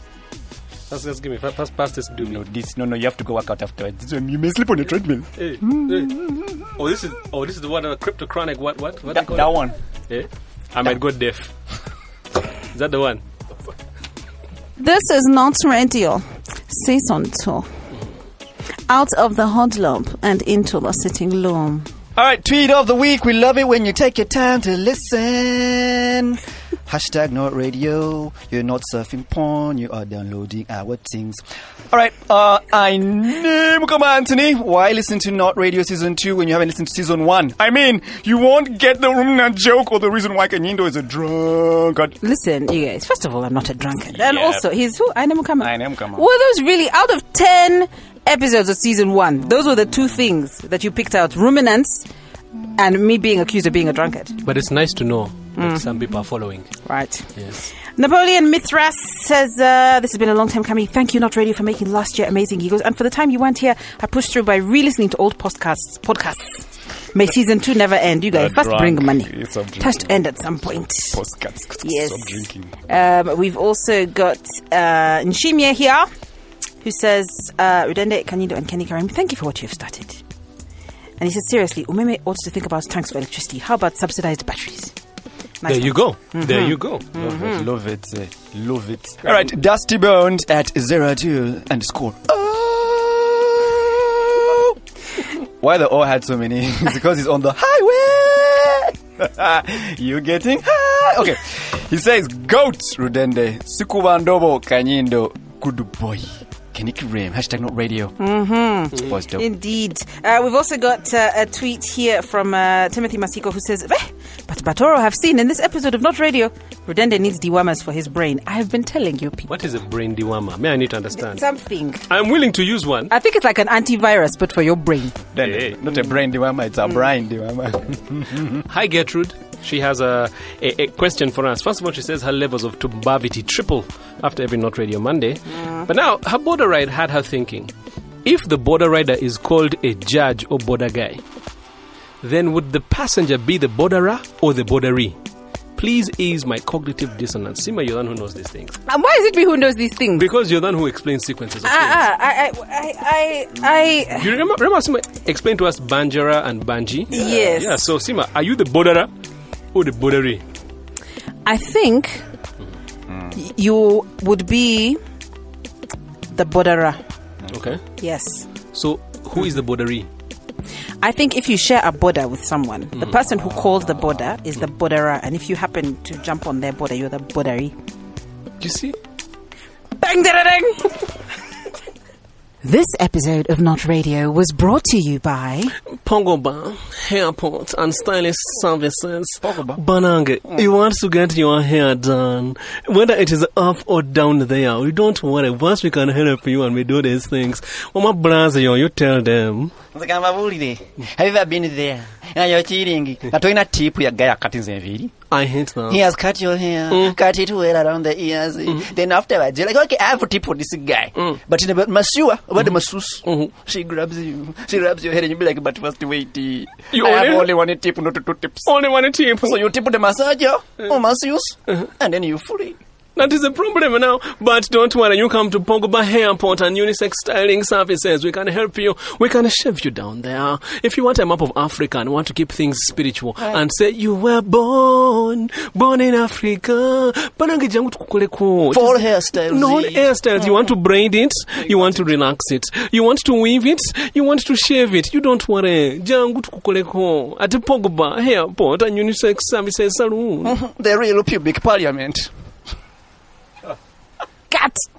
[SPEAKER 1] Just, just give me, pa- pass, pass this to me.
[SPEAKER 2] No, this, no, no, you have to go work out afterwards. This one, You may sleep on a treadmill.
[SPEAKER 1] Hey, hey. Oh, this is oh, this is the one uh, cryptochronic. What what what? they
[SPEAKER 2] That,
[SPEAKER 1] call
[SPEAKER 2] that
[SPEAKER 1] it?
[SPEAKER 2] one.
[SPEAKER 1] Eh? I might go deaf. is that the one?
[SPEAKER 5] This is not radio. Season two. Out of the hot lump and into the sitting loom.
[SPEAKER 2] All right, tweet of the week. We love it when you take your time to listen. Hashtag not radio. You're not surfing porn. You are downloading our things. All right, uh, I name Mukama Anthony. Why listen to Not Radio Season 2 when you haven't listened to Season 1? I mean, you won't get the Rumna joke or the reason why Kenyindo is a drunkard.
[SPEAKER 5] Listen, you guys. First of all, I'm not a drunkard, and
[SPEAKER 2] Yeah.
[SPEAKER 5] also he's who I never come.
[SPEAKER 2] I never come out.
[SPEAKER 5] Were those really out of ten episodes of season one? Those were the two things that you picked out: ruminants and me being accused of being a drunkard.
[SPEAKER 1] But it's nice to know that
[SPEAKER 5] Mm.
[SPEAKER 1] some people are following.
[SPEAKER 5] Right.
[SPEAKER 1] Yes.
[SPEAKER 5] Napoleon Mithras says, uh, This has been a long time coming. Thank you, Not Radio, for making last year amazing. He goes, And for the time you weren't here, I pushed through by re listening to old podcasts. podcasts. May season two never end. You guys, first bring money.
[SPEAKER 6] It's a
[SPEAKER 5] It has to end at some point.
[SPEAKER 6] Postcards.
[SPEAKER 5] Yes.
[SPEAKER 6] Stop drinking.
[SPEAKER 5] Um, we've also got uh, Nshimye here, who says, uh, Udende, Kanido, and Kenny Karim, thank you for what you have started. And he says, seriously, Umeme ought to think about tanks for electricity. How about subsidized batteries? Nice Mm-hmm.
[SPEAKER 1] There you go. There you go.
[SPEAKER 2] Love it. eh. Love it. All right, Dusty Bones at zero two underscore. Oh. Why the O had so many? *laughs* it's because he's on the highway. *laughs* you getting high? Okay. He says, Goat Rudende, Sukubandobo Kanyindo, good boy. Kaniki Rim, hashtag not radio. Mm-hmm. Boys dope.
[SPEAKER 5] Indeed. Uh, we've also got uh, a tweet here from uh, Timothy Masiko who says, "Eh, But Batoro have seen in this episode of Not Radio, Rudende needs dewormers for his brain. I have been telling you people.
[SPEAKER 1] What is a brain dewormer? May I need to understand?
[SPEAKER 5] Something.
[SPEAKER 1] I'm willing to use one.
[SPEAKER 5] I think it's like an antivirus, but for your brain.
[SPEAKER 2] Then,
[SPEAKER 1] Hey.
[SPEAKER 2] Not a brain diwama, it's a brain diwama.
[SPEAKER 1] Hi, Gertrude. She has a, a, a question for us. First of all, she says her levels of tumbavity triple after every Not Radio Monday.
[SPEAKER 5] Mm.
[SPEAKER 1] But now, her border ride had her thinking. If the border rider is called a judge or border guy, then would the passenger be the borderer or the borderee? Please ease my cognitive dissonance. Sima, you're the one who knows these things.
[SPEAKER 5] And why is it me who knows these things?
[SPEAKER 1] Because you're the one who explains sequences of things.
[SPEAKER 5] Ah, ah, I, I, I, I, I,
[SPEAKER 1] You remember, remember Sima explained to us Banjara and Banji?
[SPEAKER 5] Yes.
[SPEAKER 1] Yeah, so Sima, are you the borderer or the borderee?
[SPEAKER 5] I think y- you would be the borderer.
[SPEAKER 1] Okay.
[SPEAKER 5] Yes.
[SPEAKER 1] So, who is the borderee?
[SPEAKER 5] I think if you share a border with someone, the person who calls the border is the borderer, and if you happen to jump on their border, you're the bordery.
[SPEAKER 1] You see?
[SPEAKER 5] Bang, da, da, dang.
[SPEAKER 3] This episode of Not Radio was brought to you by
[SPEAKER 1] Pongoba Hairport and Stylist Services. Banange, you want to get your hair done. Whether it is up or down there, we don't worry. Once we can help you and we do these things, Mama Brazio, you tell them.
[SPEAKER 2] nzikamba bulire have you ever been there nayo chiringi
[SPEAKER 1] Mm.
[SPEAKER 2] natolina tip ya guy akatinza enviiri
[SPEAKER 1] I hate that.
[SPEAKER 2] He has cut your hair,
[SPEAKER 1] Mm.
[SPEAKER 2] cut it well around the ears. Then afterwards, you're like, okay, I have a tip for this guy.
[SPEAKER 1] Mm.
[SPEAKER 2] But in about masua,
[SPEAKER 1] Mm-hmm.
[SPEAKER 2] about the masseuse, she grabs you, she grabs your hair, and you be like, but first wait, eh,
[SPEAKER 1] You
[SPEAKER 2] I have
[SPEAKER 1] only- Oh.
[SPEAKER 2] only one tip, not two tips.
[SPEAKER 1] Only one tip.
[SPEAKER 2] So you tip the massager
[SPEAKER 1] Mm.
[SPEAKER 2] or masseuse,
[SPEAKER 1] Uh-huh.
[SPEAKER 2] and then you *laughs* free.
[SPEAKER 1] That is a problem now. But don't worry, you come to Pogoba Hairport and Unisex Styling Services. We can help you. We can shave you down there. If you want a map of Africa and want to keep things spiritual and say you were born, born in Africa. Banange jangu tukukuleko.
[SPEAKER 2] Fall hairstyles. eh?
[SPEAKER 1] No hairstyles. You want to braid it, you want to relax it. You want to weave it, you want to shave it. You don't worry. Jangu tukukuleko. At Pogoba Hairport and Unisex Services Saloon.
[SPEAKER 2] The real pubic parliament.
[SPEAKER 5] Cat.